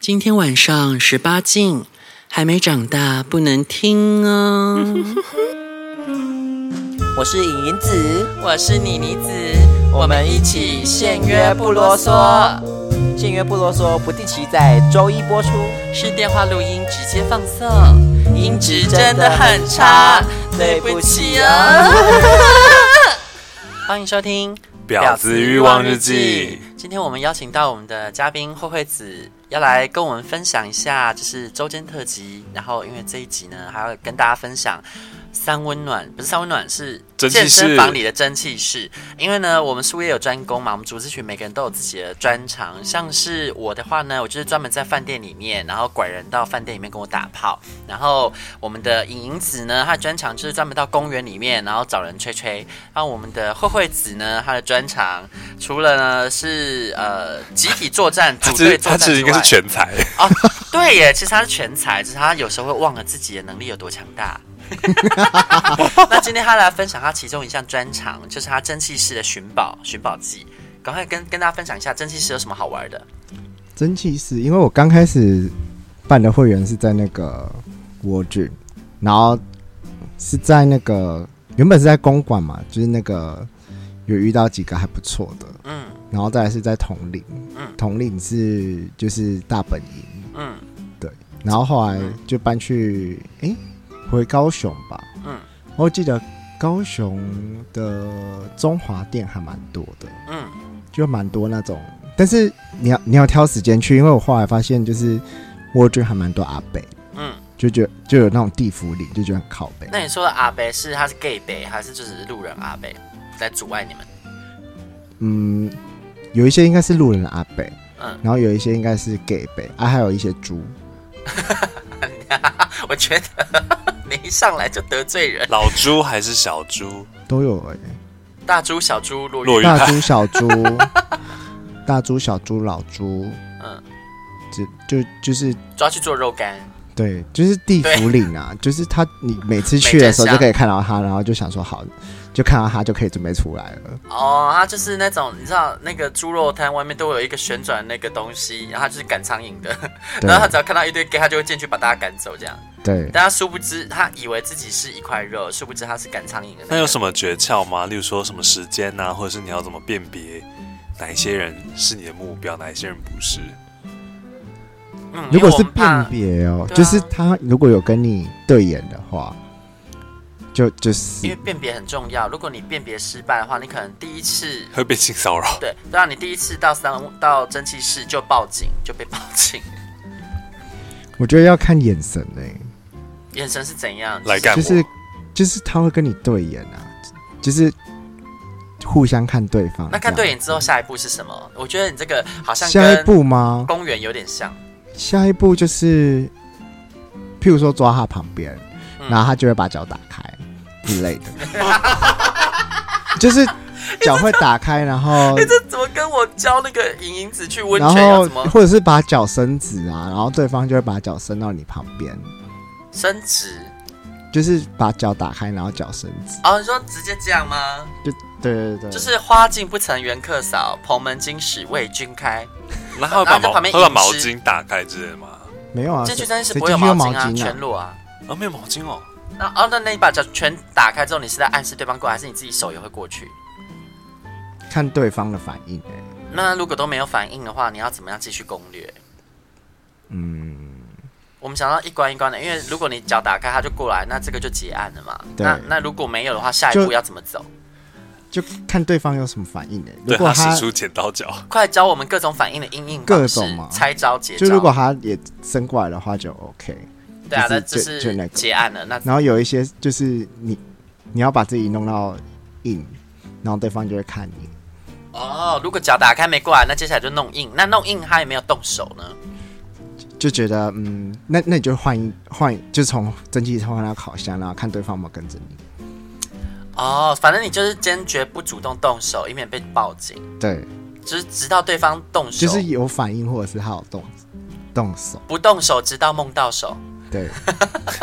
今天晚上十八禁，还没长大不能听哦。 我是尹云子，我是妮妮子，我们一起限约不啰嗦。限约不啰嗦，不定期在周一播出。是电话录音直接放送，音质真的很差，对不起啊。 欢迎收听《婊子欲望日记》。今天我们邀请到我们的嘉宾慧慧子，要来跟我们分享一下，就是周间特辑。然后，因为这一集呢，还要跟大家分享三温暖，不是三温暖，是蒸汽健室身房里的蒸汽室。因为呢，我们术业有专攻嘛，我们组织群每个人都有自己的专长。像是我的话呢，我就是专门在饭店里面，然后拐人到饭店里面跟我打炮。然后我们的影影子呢，他的专长就是专门到公园里面，然后找人吹吹。然后我们的慧慧子呢，她的专长除了呢是呃集体作战、他组其实队作他战其实应之该外是，全才，哦，对耶，其实他是全才，只是他有时候会忘了自己的能力有多强大。 那今天他来分享他其中一项专长，就是他蒸汽室的寻宝寻宝记。赶快跟跟大家分享一下蒸汽室有什么好玩的。蒸汽室，因为我刚开始办的会员是在那个蜗居，然后是在那个原本是在公馆嘛，就是那个有遇到几个还不错的，嗯然后再来是在统领，嗯统领是就是大本营，嗯然后后来就搬去诶、回高雄吧，嗯我记得高雄的中华店还蛮多的，嗯就蛮多那种，但是你要你要挑时间去，因为我后来发现就是蜗居还蛮多阿北，嗯。就觉得就有那种地府里就觉得很靠北。那你说的阿北是他是 gay 北，还是就只是路人阿北在阻碍你们？ 嗯，有一些应该是路人的阿北，嗯然后有一些应该是 gay 北，啊，还有一些猪。我觉得你一上来就得罪人，老猪还是小猪？都有哎、大猪小猪落落玉玉大派猪、小猪、大猪、小猪、老猪，嗯，就就就是抓去做肉干。对，就是地府岭啊，就是他，你每次去的时候每阵香就可以看到他，然后就想说好，就看到他就可以准备出来了。哦，它就是那种你知道那个猪肉摊外面都会有一个旋转那个东西，然后它就是赶苍蝇的，对然后他只要看到一堆 gay，他就会进去把大家赶走这样。对，但他殊不知，他以为自己是一块肉，殊不知他是赶苍蝇的、那有什么？么诀窍吗？例如说什么时间呐、或者是你要怎么辨别哪一些人是你的目标，哪一些人不是？嗯如果因为我是们怕辨别哦，对啊就是他如果有跟你对眼的话，就就因是为辨别很重要。如果你辨别失败的话，你可能第一次会被性骚扰？对，对啊，你第一次到三到蒸汽室就报警，就被报警， 我觉得要看眼神嘞、眼神是怎样？来干我？就是就是他会跟你对眼啊，就是互相看对方。那看这对样眼之后，下一步是什么？我觉得你这个好像下一跟步吗？公园有点像。 下一步就是，譬如说抓他旁边，嗯然后他就会把脚打开之类的，就是脚会打开，然后哎，这怎么跟我教那个莹莹子去温然泉要后怎么或者是把脚伸直啊，然后对方就会把脚伸到你旁边，伸直？就是把脚打开，然后脚伸直。哦，你说直接这样嗯吗？对对对，就是花径不曾缘客扫，蓬门今始为君开。那他然会把后在旁毛他边会把饮毛食巾打开之类的吗？没有啊，进去谁真是谁不会有进去毛巾用毛啊，巾全裸啊。啊，没有毛巾哦。那哦，那那你把脚全打开之后，你是在暗示对方过来，还是你自己手也会过去？看对方的反应、欸。那如果都没有反应的话，你要怎么样继续攻略？嗯，我们想到一关一关的，因为如果你脚打开，他就过来，那这个就结案了嘛。对那那如果没有的话，下一步就要怎么走？就看对方有什么反应欸如对果他他使出剪刀脚， 快教我们各种反应的应应各方式种嘛啊拆招结招。就如果他也伸过来的话，就 OK。对啊，就那是就就就那是个结案了。那然后有一些就是你你要把自己弄到硬，然后对方就会看你。哦，如果脚打开没过来，那接下来就弄硬。那弄硬他也没有动手呢。就觉得嗯，那那你就换一换，就从蒸汽换到烤箱，然后看对方有没有跟着你。哦，反正你就是坚决不主动动手，以免被报警，对，就是直到对方动手，就是有反应或者是他有动动手。不动手，直到梦到手。对，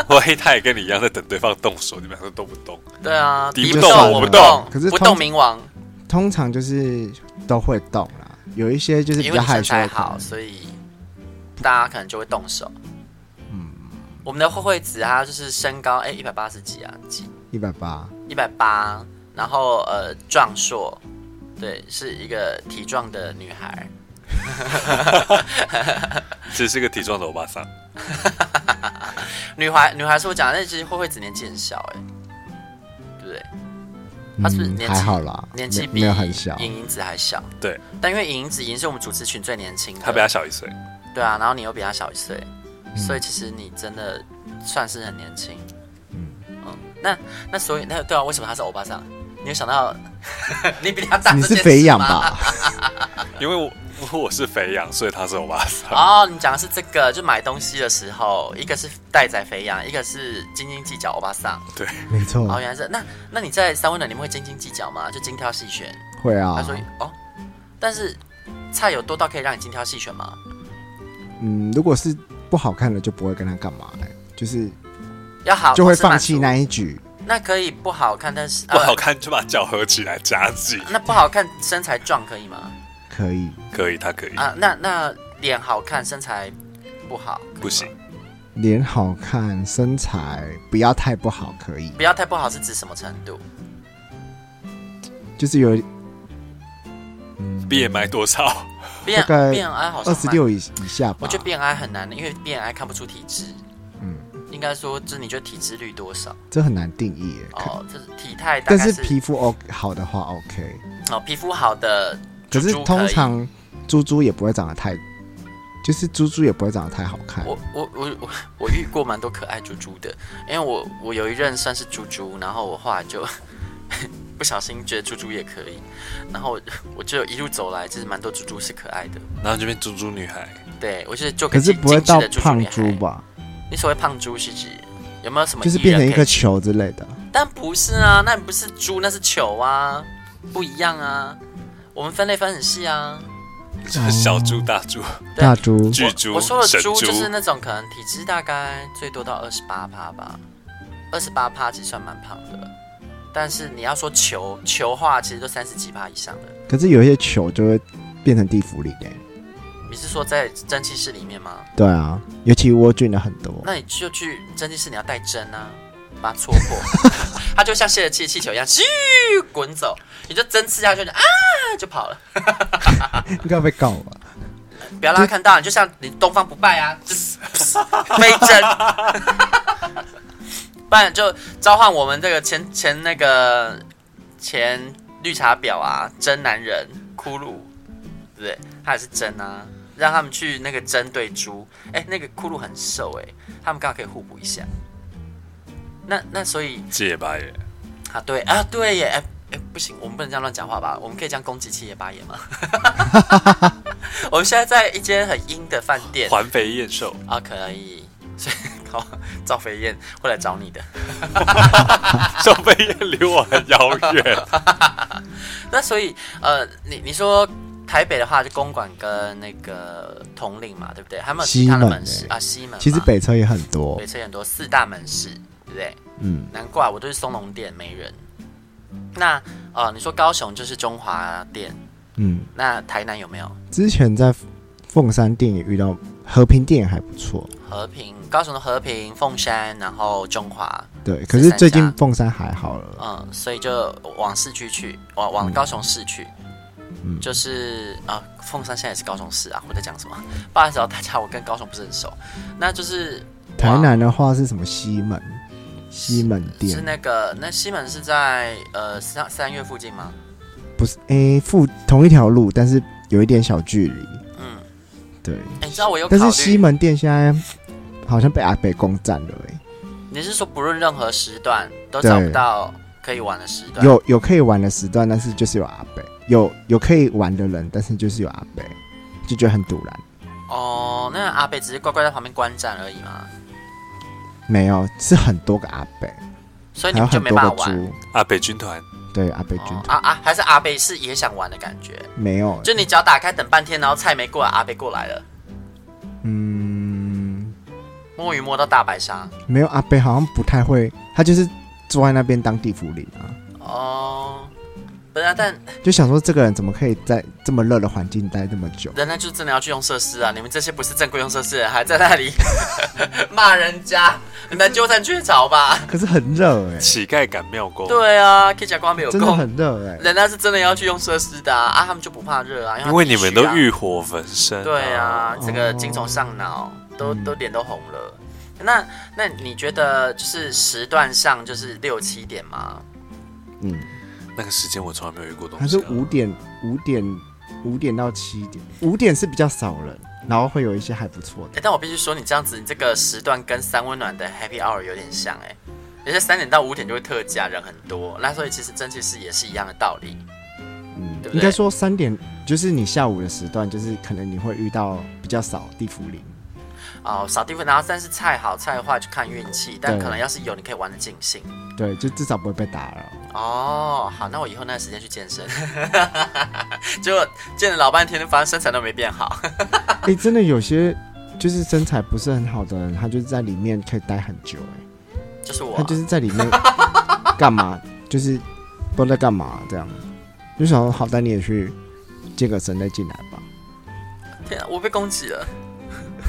万一他也跟你一样在等对方动手，你们两个都不动，对啊，敌敌不动动我我不不动动，可是不通动冥王，通常就是都会动啦，有一些就是比因为较你害身羞材的可能，好，所以不大家可能就会动手。我们的慧慧子她就是身高哎一百八十几啊，几一百八，一百八，然后呃壮硕，对，是一个体壮的女孩。只是个体壮的欧巴桑。嗯女孩女孩是我讲的，但其实慧慧子年纪很小哎、对不对？他是不是嗯年纪还好啦，年纪没比没有很小，莹莹子还小。对，但因为莹莹子已经是我们主持群最年轻的，他比他小一岁，对啊，然后你又比他小一岁，嗯所以其实你真的算是很年轻。嗯那那所以那对啊，为什么他是欧巴桑？你有想到 你比他大？你是肥羊？啊吧？因为我我是肥羊，所以他是欧巴桑。哦，你讲的是这个，就买东西的时候，一个是待宰肥羊，一个是斤斤计较欧巴桑。对， 没错，哦，原来是那那你在三温暖里面会斤斤计较吗？就精挑细选。会他啊，说哦，但是菜有多到可以让你精挑细选吗？嗯，如果是不好看的就不会跟他干嘛了，就是要好就会好吃满放弃足那一局。那可以不好看，但是不好呃，看就把脚合起来夹紧，啊那不好看身材壮可以吗？可以，可以，他可以，啊，那那脸好看，身材不好可以吗不行，脸好看，身材不要太不好，可以，不要太不好是指什么程度？就是有 BMI 多少？ B 大概 B I 好像二蛮十，六以以下吧。我觉得 B I 很难的，因为 B I 看不出体质。嗯应该说，就是你觉得体脂率多少？这很难定义耶。可哦，就是体态大但概是是皮肤 O 好的话 OK，哦，皮肤好的可猪是猪通以常猪猪也不会长得太，就是猪猪也不会长得太好看。我我我我我遇过蛮多可爱猪猪的，因为我我有一任算是猪猪，然后我后来就 不小心觉得猪猪也可以，然后我我就一路走来，就是蛮多猪猪是可爱的， 然后这边猪猪女孩，对我就是做可是精不会到精致的猪胖女猪孩？吧？你所谓胖猪是指有没有什么就是艺变人成一可以个球之类的。但不是啊，那不是猪，那是球啊，不一样啊，我们分类分很细啊。就是小猪、大猪、对大猪巨猪、我说的神猪就是那种可能体脂大概最多到二十八趴吧，二十八趴其实算蛮胖的了。但是你要说球球话，其实都三十几趴以上的。可是有一些球就会变成地府里面。你是说在蒸汽室里面吗？对啊，尤其蜗苣的很多。那你就去蒸汽室，你要带针啊，把它戳破， 它就像泄了气的气球一样，咻滚走，你就针刺下去，就啊就跑了，应该被告 吧？不要让它看到，你就像你东方不败啊，就是 飞针， 不然就召唤我们这个前前那个前绿茶婊啊，真男人骷髅，对不对？他也是真啊，让他们去那个针对猪，哎，那个骷髅很瘦哎、他们刚好可以互补一下。那那所以戒吧耶，啊，对啊，对耶，哎哎，不行，我们不能这样乱讲话吧？我们可以这样攻击七爷八爷吗？ 我们现在在一间很阴的饭店环肥燕 瘦，啊，可以，所以好，赵飞燕会来找你的。小肥燕离我很遥远。那所以，呃，你你说台北的话，就公馆跟那个统领嘛，对不对？还有没有其他的西门门市欸啊？西门嘛，其实北车也很多北。车很多四大门市，对不对？嗯，难怪我都是松隆店没人。那呃，你说高雄就是中华店，嗯，那台南有没有之前在凤山店也遇到，和平店也还不错。和平？高雄的和平、凤山，然后中华，对，可是最三近家凤山还好了。嗯，所以就往市区去，往嗯往高雄市去。就是啊，凤山现在也是高雄市啊，我在讲什么？不好意思哦，大家，我跟高雄不是很熟。那就是台往南的话是什么西门？西门是店那个那西门是在呃三三月附近吗？不是？诶，附同一条路，但是有一点小距离。嗯，对，哎、你知道我有考但虑，是西门店现在好像被阿北攻占了、欸，你是说不论任何时段都找不对到可以玩的时段？有有可以玩的时段，但是就是有阿北，有有可以玩的人，但是就是有阿北，就觉得很堵然。哦，那阿北只是乖乖在旁边观战而已嘛，没有，是很多个阿北，所以你还有们就很没多办个法玩。猪， 啊，北军团，对阿北军哦团、啊啊，还是阿北是也想玩的感觉，没有、就你只要打开等半天，然后菜没过来，阿北过来了，嗯，摸鱼摸到大白鲨。没有阿北好像不太会，他就是坐在那边当地府里啊。哦，不是、啊，但就想说这个人怎么可以在这么热的环境待这么久？人家就真的要去用设施啊！你们这些不是正规用设施的人，还在那里 骂人家，你们鸠占鹊巢吧？可是很热哎、乞丐赶庙工，对啊，可以讲光没有真的够，很热哎、人家是真的要去用设施的啊，啊他们就不怕热啊，因为因因为你们都欲火焚身、对啊啊，，这个精虫上脑，都嗯都脸都红了。那那你觉得就是时段上就是六七点吗？嗯，那个时间我从来没有遇过东西、啊。还是五点五点五点到七点，五点是比较少人，然后会有一些还不错的哎、。但我必须说，你这样子，你这个时段跟三温暖的 Happy Hour 有点像哎、人家三点到五点就会特价，人很多，那所以其实蒸汽室也是一样的道理。嗯对不对应该说三点就是你下午的时段，就是可能你会遇到比较少地茯苓。哦，扫地粉，然后但是菜好菜坏就看运气，但对可能要是有，你可以玩的尽兴。对，就至少不会被 打扰。哦，好，那我以后那个时间去健身， 结果健了老半天，反正身材都没变好。 哎、真的有些就是身材不是很好的人，他就是在里面可以待很久、哎，就是我他啊，就是在 里面干嘛，就是不知道在干嘛这样。就想说好歹你也去健个身再进来吧。天啊，我被攻击了。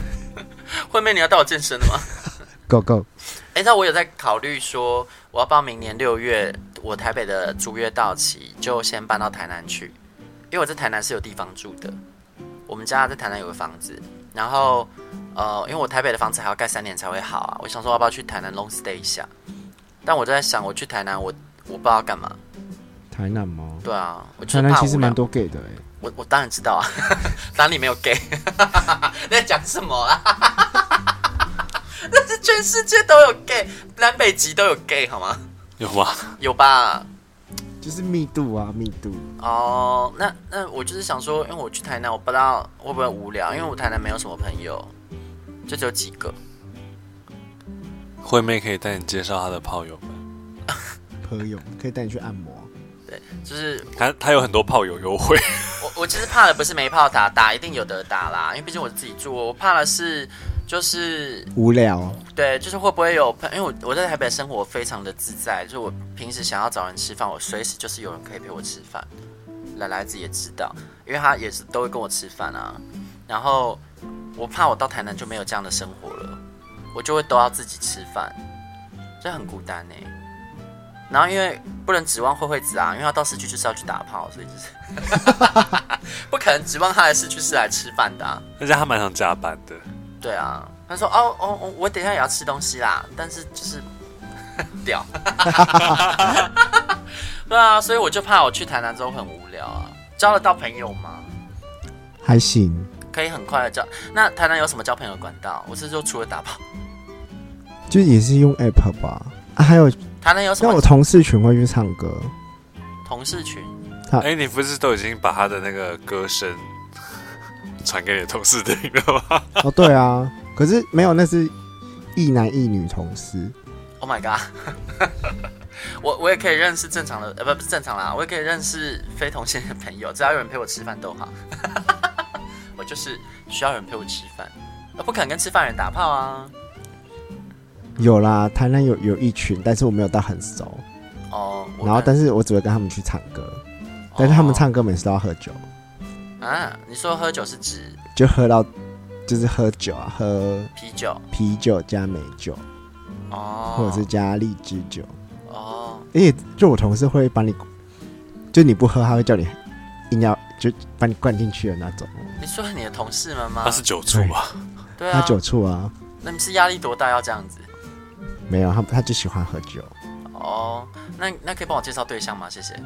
惠妹，你要带我健身的吗？ Go go，哎、那我有在考虑说，我要帮明年六月我台北的租约到期，就先搬到台南去，因为我在台南是有地方住的。我们家在台南有个房子，然后呃，因为我台北的房子还要盖三年才会好啊，我想说要不要去台南 long stay 一下？但我就在想，我去台南我我不知道干嘛。台南吗？对啊，我就是台南怕其实无聊蛮多 gay 的、哎，我我当然知道啊，哪里没有 gay？你在讲什么啊？那是全世界都有 gay，南北极都有 gay 好吗？有吗？ 有吧？就是密度啊，密度。哦、那那我就是想说，因为我去台南，我不知道会不会无聊，因为我台南没有什么朋友，就只有几个。惠妹可以带你介绍她的炮友们，朋友可以带你去按摩。就是她她有很多炮友优惠。 我我其实怕的不是没炮打，打一定有得打啦，因为毕竟我自己住，我怕的是就是无聊，对，就是会不会有朋？因为我我在台北生活非常的自在，就是我平时想要找人吃饭，我随时就是有人可以陪我吃饭。来来子也知道，因为他也是都会跟我吃饭啊。然后我怕我到台南就没有这样的生活了，我就会都要自己吃饭，这很孤单呢、然后因为不能指望慧慧子啊，因为她到市区就是要去打炮，所以就是 不可能指望她来市区是来吃饭的、啊。而且她蛮想加班的，对啊，他说哦哦哦，我等一下也要吃东西啦，但是就是 屌， 对啊，所以我就怕我去台南之后很无聊啊。交得到朋友吗？还行。可以很快的交。那台南有什么交朋友的管道？我是说除了打炮，就也是用 app 吧。啊、还有，台南有什那我么同事群会去唱 歌，同事群？啊哎、你不是都已经把她的那个歌声传给你的同事听了吗？哦，对啊，可是没有，那是一男一女同事， Oh my god！我我也可以认识正常的，呃，不不是正常啦，我也可以认识非同性的朋友，只要有人陪我吃饭都好。 我就是需要有人陪我吃饭，呃不肯跟吃饭的人打炮啊。有啦，台南有有一群，但是我没有到很熟，哦，我然后可但是我只会跟他们去唱歌，但是他们哦唱歌每次都要喝酒，啊，你说喝酒是指就喝到就是喝酒啊，喝啤酒啤酒加美酒，哦，或者是加荔枝酒，哦，而且就我同事会把你，就你不喝，他会叫你硬要就把你灌进去的那种，你说你的同事们吗她？是酒醋吧？对他啊，酒醋啊。那你是压力多大要这样子？没有，他他就喜欢喝酒。哦，那那可以帮我介绍对象吗？谢谢。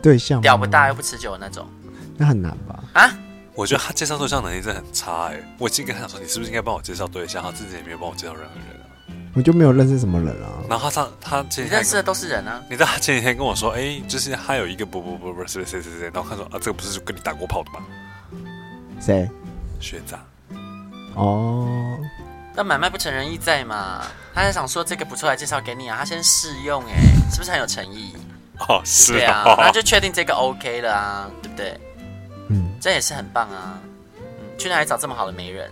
对象吗屌不大又，不吃酒的那种那很难吧？啊？我觉得她介绍对象能力真的很差哎、我已经跟她讲说，你是不是应该帮我介绍对象？她自己也没有帮我介绍任何人啊、我就没有认识什么人啊。然后她上她前你几天认还识的都是人啊。你知道他前几天跟我说，哎、就是他有一个不不不不是谁谁谁，然后他说啊，这个不是跟你打过炮的吗？谁？学长，哦，那买卖不成仁义在嘛？他还想说这个不错，来介绍给你啊。他先试用、欸，是不是很有诚意？哦，是对啊，哦，那就确定这个 OK 了啊，对不对？嗯，这也是很棒啊。嗯，去哪里找这么好的媒人？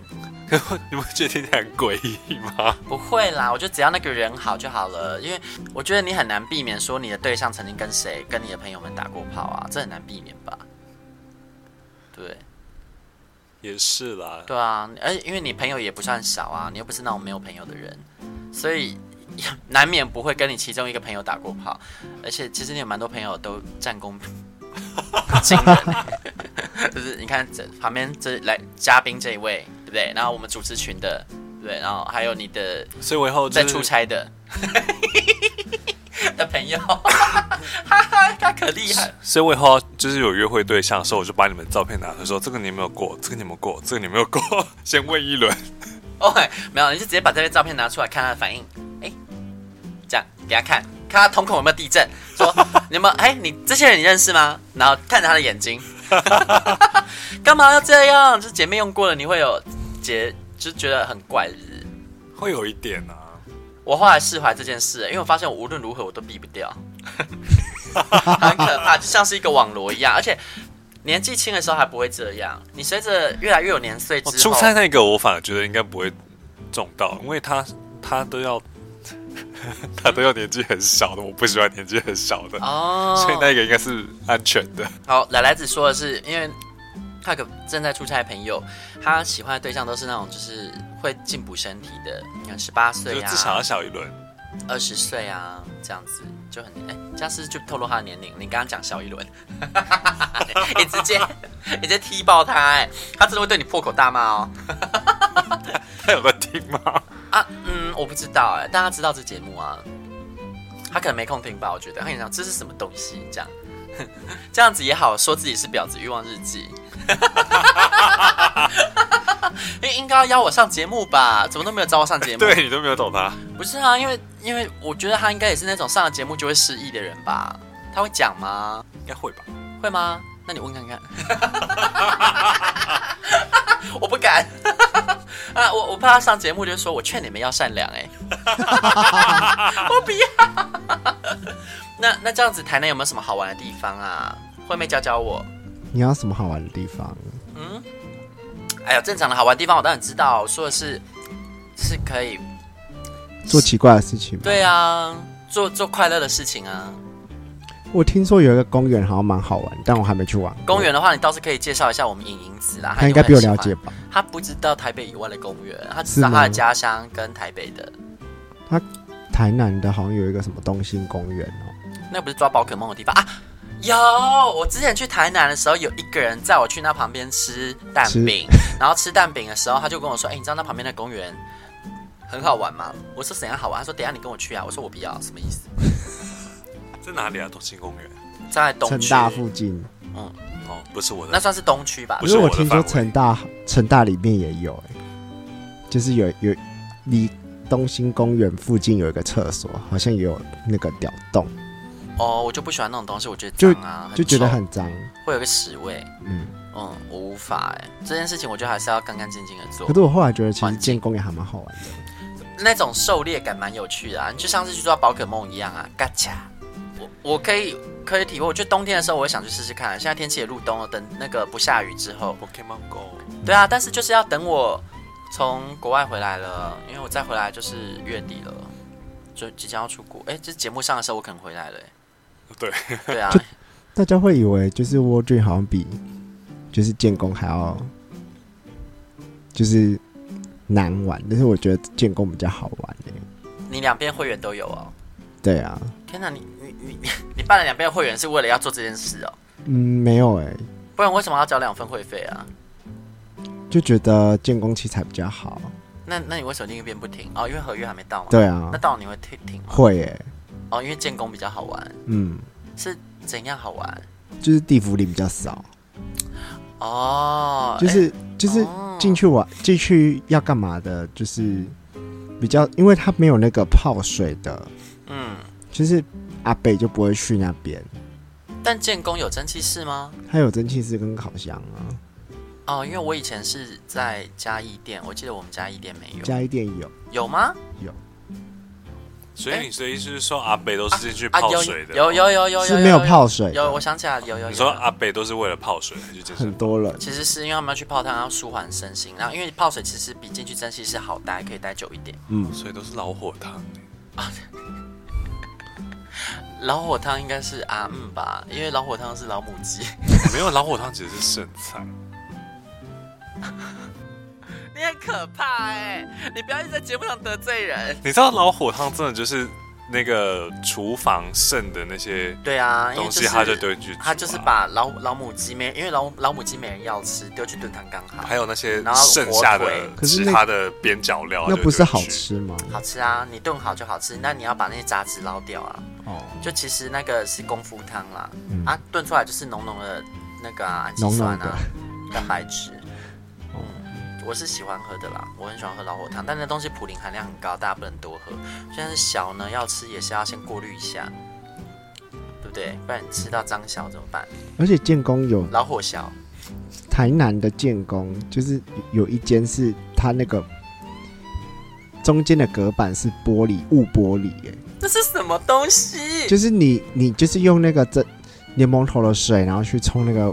可是你不觉得听起来很诡异吗？不会啦，我觉得只要那个人好就好了，因为我觉得你很难避免说你的对象曾经跟谁、跟你的朋友们打过炮啊，这很难避免吧？对，也是啦，对啊，而因为你朋友也不算少啊，你又不是那种没有朋友的人，所以 难免不会跟你其中一个朋友打过炮，而且其实你有蛮多朋友都战功 惊人 欸，就是你看这旁边这来嘉宾这一位，对不对？然后我们主持群的，对不对？然后还有你的所以我以后在就出是差的 的朋友， 他可厉害。所以我以后就是有约会对象的时候，我就把你们照片拿出来说，这个你有没有过，这个你有没有过，这个你有没有过，先问一轮。 OK，没哦有，你就直接把这些照片拿出来看他的反应。哎、这样给他看，看他瞳孔有没有地震。说你们哎、你这些人你认识吗？然后看着他的眼睛， 干嘛要这样？就是姐妹用过了，你会有姐就觉得很怪是不是会有一点啊，我后来释怀这件事，欸因为我发现我无论如何我都避不掉， 很可怕，就像是一个网罗一样。而且年纪轻的时候还不会这样，你随着越来越有年岁之哦后，出差那个我反而觉得应该不会中到，因为他他都要 他都要年纪很小的，我不喜欢年纪很小的，哦， 所以那个应该是安全的。好，奶奶子说的是，因为他个正在出差的朋友，他喜欢的对象都是那种就是会进补身体的，你看十八岁就啊，至少要小一轮。二十岁啊，这样子就很哎，这样是不是就透露他的年龄。你刚刚讲小一轮， 你直接你直接踢爆他、哎，他真的会对你破口大骂哦。他有在听吗？啊，嗯，我不知道哎、大家知道这节目啊？他可能没空听吧，我觉得他很想这是什么东西这样， 这样子也好，说自己是婊子欲望日记。 因为应该要邀我上节目吧？怎么都没有找我上节目？啊对，你都没有懂他，不是啊，因为因为我觉得他应该也是那种上了节目就会失忆的人吧？他会讲吗？应该会吧？会吗？那你问看看。 我不敢 啊！我我怕他上节目就说，我劝你们要善良、欸， 哎，我不要。 那那这样子，台南有没有什么好玩的地方啊？惠妹教教我。你要什么好玩的地方？哎呀，正常的好玩的地方我当然知道，我说的是是可以，做奇怪的事情吗？对啊，做做快乐的事情啊。我听说有一个公园好像蛮好玩，但我还没去玩。公，园的话，你倒是可以介绍一下我们影影子啦。他应该一定比会我很了喜解欢。吧？他不知道台北以外的公园，他只是知道他吗的家乡跟台北的。台南的好像有一个什么东兴公园哦，那不是抓宝可梦的地方啊？有，我之前去台南的时候，有一个人载我去那旁边吃蛋饼， 然后吃蛋饼的时候，他就跟我说：“哎、你知道那旁边的公园很好玩吗？”我说：“怎样好玩？”他说：“等一下你跟我去啊。”我说：“我不要，什么意思在哪里啊？东兴公园？？”在东成区，大附近。哦，不是我那的，算是东区吧不？因是为我我的听范说围成大成大里面也有、欸，就是有有离东兴公园附近有一个厕所，好像也有那个屌洞，哦，我就不喜欢那种东西，我觉得就脏啊，就觉得臭很脏。会有个屎味。嗯，嗯，我无法哎、这件事情我觉得还是要干干净净的做可。是我后来觉得其环实境建公园还蛮好玩的。那种狩猎感蛮有趣的、啊，你就像是去抓宝可梦一样啊，嘎嚓！我我可以可以体会，我觉得冬天的时候我也想去试试看。啊现在天气也入冬了，等那个不下雨之后， Pokemon Go。对啊，但是就是要等我从国外回来了，因为我再回来就是月底了，就即将要出国。哎，这节目上的时候我可能回来了、对哎对啊，大家会以为就是蜗苣好像比就是建工还要就是难玩，但是我觉得建工比较好玩、欸。你两边会员都有哦。对啊，天哪，你你你你办了两边会员是为了要做这件事哦，嗯，没有哎、不然为什么要交两份会费啊？就觉得建工器材比较好。那那你为什么另一边不停？哦，因为合约还没到嘛。对啊那，到你会停停吗？会哎、哦，因为建工比较好玩，嗯，是怎样好玩？就是地府里比较少。哦，就是就是哦进去玩进去要干嘛的，就是比较，因为它没有那个泡水的，诶嗯，就是阿北就不会去那边。但建工有蒸汽室吗？它有蒸汽室跟烤箱啊，哦，因为我以前是在嘉义店，我记得我们嘉义店没有，加一店有，有吗？有，所以你的意思是说阿北都是进去啊泡有水的？有有有有有是没有泡水的有我想起来了有有有。你说有阿北都是为了泡水才去健身很房？多人，其实是因为他们要去泡汤，要舒缓身心。然后因为泡水其实比进去蒸汽室好待，可以待久一点。嗯，所以都是老火汤。老火汤应该是阿姆吧，因为老火汤是老母鸡。 没有老火汤其实是剩菜，你很可怕哎、你不要一直在节目上得罪人。你知道老火汤真的就是那个厨房剩的那些对啊，因为东西，是他就丢进去煮啊，他就是把老老母鸡没，因为老老母鸡没人要吃，丢去炖汤刚好。还有那些然后剩下火腿的可是其那他的边角料，那就不是丢进好去。吃吗？好吃啊，你炖好就好吃，那你要把那些杂质捞掉啊。哦，就其实那个是功夫汤啦，嗯啊，炖出来就是浓浓的那个啊氨基浓浓酸的哦啊、蛋白 质。嗯，我是喜欢喝的啦，我很喜欢喝老火汤，但那东西普林含量很高，大家不能多喝。就算是小呢，要吃也是要先过滤一下，对不对？不然你吃到脏小怎么办？而且建工有老火小，台南的建工，就是有一间是它那个中间的隔板是玻璃雾玻璃、欸，这是什么东 西？就是你你就是用那个这柠檬头的水，然后去冲那个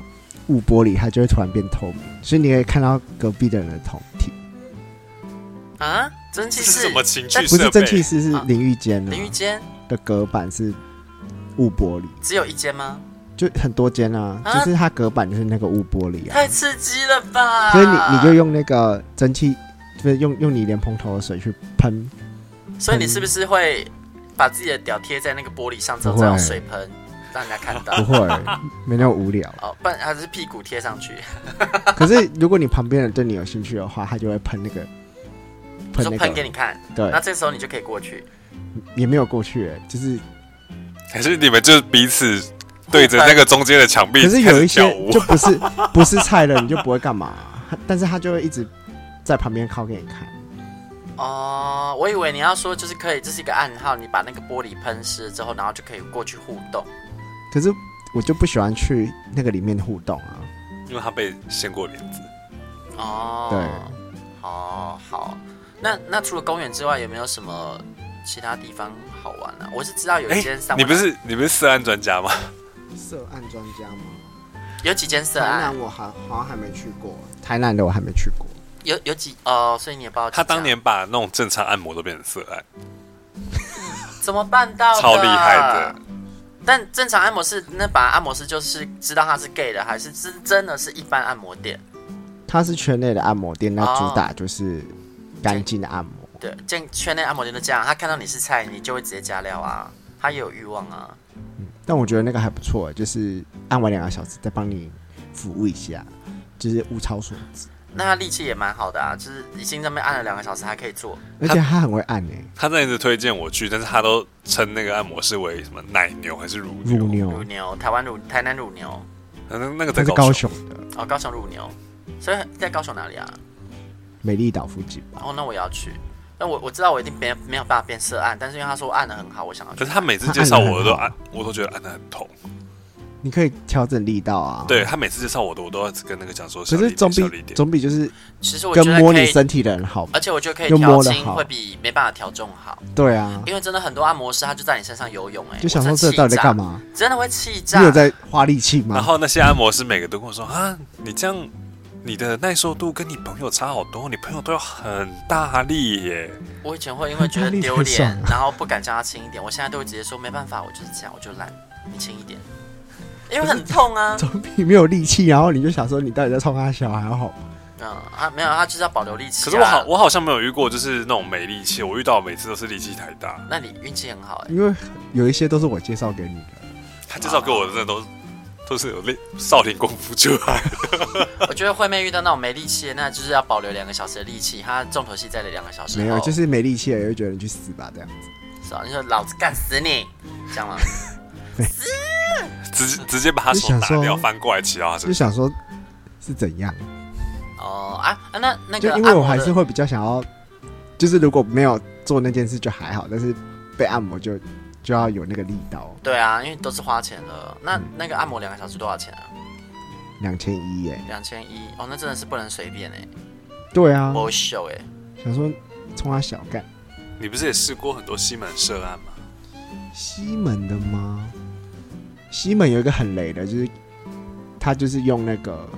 雾玻璃，它就会突然变透明，所以你可以看到隔壁的人的头体，啊，蒸汽这是室什、么情趣不是设备？蒸汽室，是啊淋浴间啊淋浴间的隔板是雾玻璃，只有一间吗？就很多间啊，啊就是它隔板就是那个雾玻璃啊，太刺激了吧！所以你你就用那个蒸汽，就是用用你莲蓬头的水去喷，所以你是不是会把自己的屌贴在那个玻璃上之后，不会再用水喷让人家看到不？会没那么无 聊。哦，不然还是屁股贴上去，可是如果你旁边人对你有兴趣的话，他就会喷那个，喷说那喷给个，你啊看。对那，这时候你就可以过去，也没有过去、欸，就是还是你们就是彼此对着那个中间的墙壁可是有一些开始跳舞就不是不是菜的，你就不会干嘛、但是他就会一直在旁边靠给你看，哦，我以为你要说就是可以，这是一个暗号，你把那个玻璃喷湿之后，然后就可以过去互动。可是我就不喜欢去那个里面互动啊。因为他被掀过帘子。哦，对，哦，好。那那除了公园之外，有没有什么其他地方好玩呢、啊？我是知道有一哎间三温暖、你不是你不是涉案专 家吗？涉案专家吗？有几间色啊台案南，我还好像还没去过，台南的我还没去过。有有几哦，所以你也不知道几他当家年把那种正常按摩都变成涉案，怎么办到的超厉害的。但正常按摩师，那把按摩师就是知道他是 gay 的，还是真真的是一般按摩店？它是圈内的按摩店，那哦主打就是干净的按摩。对，这圈内按摩店都这样，他看到你是菜，你就会直接加料啊，他也有欲望啊。但我觉得那个还不错，欸就是按完两个小时再帮你服务一下，就是物超所值。那他力气也蛮好的啊，就是已经在那边按了两个小时还可以做，而且他很会按欸诶、他哎那一直推荐我去，但是他都称那个按摩师为什么奶牛还是乳牛？乳乳牛，牛，台湾乳，台南乳牛，那那个他在是高高雄，雄的哦，高雄乳牛，所以在高雄哪里啊？美丽岛附近吧。哦，那我也要去。那我我知道我一定没没有办法变色按，但是因为他说我按的很好，我想要去可是他每次介绍我都他按按，我都觉得按的很痛。你可以调整力道啊。对，他每次介绍我的，我都要跟那个讲说小可力是点，总小比力点。总比就是其实我觉跟得摸可你以，身体的人好吧。而且我觉得可以又调摸得轻，好会比没办法调重好。对啊，因为真的很多按摩师他就在你身上游泳、欸，哎，就想说这到底在干？嘛？真的会气炸你有，在花力气然吗？后那些按摩师每个都跟我说啊，你这样你的耐受度跟你朋友差好多，你朋友都要很大力耶。我以前会因为觉得丢脸，然后不敢叫他轻一点，我现在都会直接说没办法，我就是这样，我就懒，你轻一点，因为很痛 啊。 总比没有力气，然后你就想说你到底在冲他小孩好？嗯，他没有，他就是要保留力气、啊。可是我好，，我好像没有遇过就是那种没力气，我遇到每次都是力气太大。那你运气很好、欸，因为有一些都是我介绍给你的，他介绍给我的真的都都是有练少林功夫就来，我觉得惠妹遇到那种没力气的，那就是要保留两个小时的力气，她重头戏在两个小时后。没哦有，就是没力气了，就觉得你去死吧这样。是啊，你说老子干死你，这样吗？ 直直接把他手拿就想掉，说翻过来骑到他身就上。想说是怎样？哦啊啊，那那就个因为按我摩还的是会比较想要，就是如果没有做那件事就还好，但是被按摩就就要有那个力道，对啊，因为都是花钱了。那那个按摩两个小时多少钱啊？两千一耶。两千一哦，那真的是不能随便哎、对啊，我秀哎，想说冲他小干，你不是也试过很多西门涉案吗？西门的吗？西门有一个很雷的，就是他就是用那个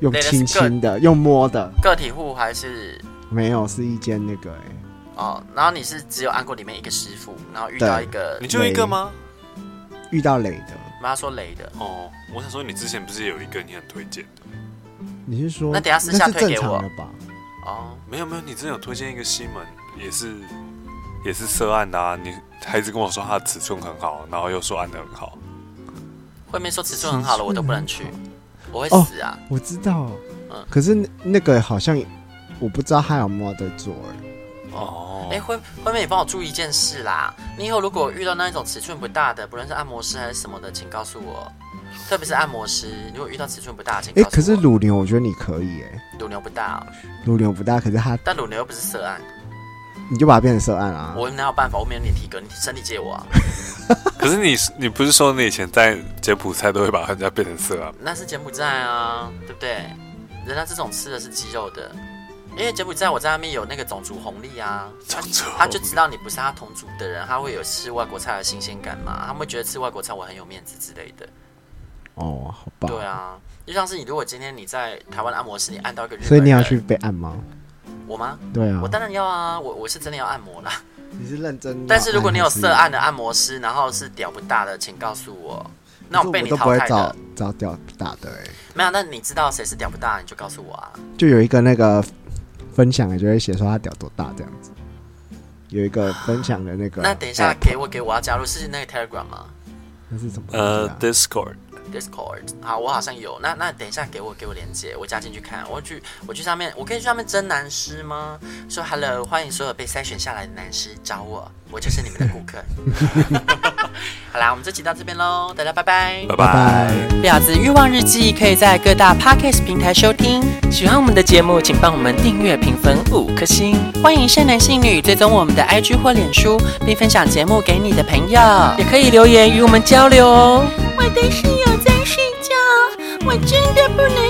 用雷的是轻轻的，用摸的，个体户还是没有是一间那个哎、哦？然后你是只有按过里面一个师傅，然后遇到对一个你就一个吗？遇到雷的，妈说雷的，哦，我想说你之前不是有一个你很推荐的？你是说那等一下私下是退正给常我的吧？哦，没有没有，你之前有推荐一个西门，也是也是涉案的啊。你孩子跟我说他的尺寸很好，然后又说按的很好。外面说尺寸很好了，我都不能去，我会哦死啊！我知道，嗯可是那那个好像我不知道他有没有在做、欸，哦，哎、慧慧妹，你帮我注意一件事啦。你以后如果遇到那一种尺寸不大的，不论是按摩师还是什么的，请告诉我。特别是按摩师，如果遇到尺寸不大的，请告哎、诉我。可是乳牛我觉得你可以哎、乳牛不大哦、乳牛不大，可是他但乳牛又不是色案，你就把它变成涉案啊。我哪有办法？我没有你体格，你身体借我啊。可是你你不是说你以前在柬埔寨都会把人家变成色啊？那是柬埔寨啊，对不对？人啊家这种吃的是鸡肉的，因为柬埔寨我在那边有那个种族红利啊，他种族哦红利他就知道你不是他同族的人，他会有吃外国菜的新鲜感嘛，他们会觉得吃外国菜我很有面子之类的。哦，好吧。对啊，就像是你如果今天你在台湾的按摩师，你按到一个日本人，所以你要去被按吗？我吗？对啊我，当然要啊，我我是真的要按摩啦。你是认真的。但是如果你有还是涉案的按摩师，然后是屌不大的，请告诉我，那种被你可是淘我都不会汰找的，找屌打的、欸，没有？那你知道谁是屌不大，你就告诉我啊。就有一个那个分享的就会写说他屌多大这样子，有一个分享的那个 app。那等一下给我给我要加入是那个 Telegram 吗那是什么东呃西啊？ ，Discord， ？Discord 好，我好像有。那那等一下给我给我连接，我加进去看。我去我去上面，我可以去上面征男师吗？说 Hello，欢迎所有被筛选下来的男师找我，我就是你们的顾客。 好啦，我们这期到这边喽，大家拜拜。拜拜拜。 《婊子欲望日记》可以在各大 podcast 平台收听。喜欢我们的节目，请帮我们订阅、评分五颗星。欢迎善男信女追踪我们的 IG 或脸书，并分享节目给你的朋友，也可以留言与我们交流哦。我的室友在睡觉，我真的不能嗯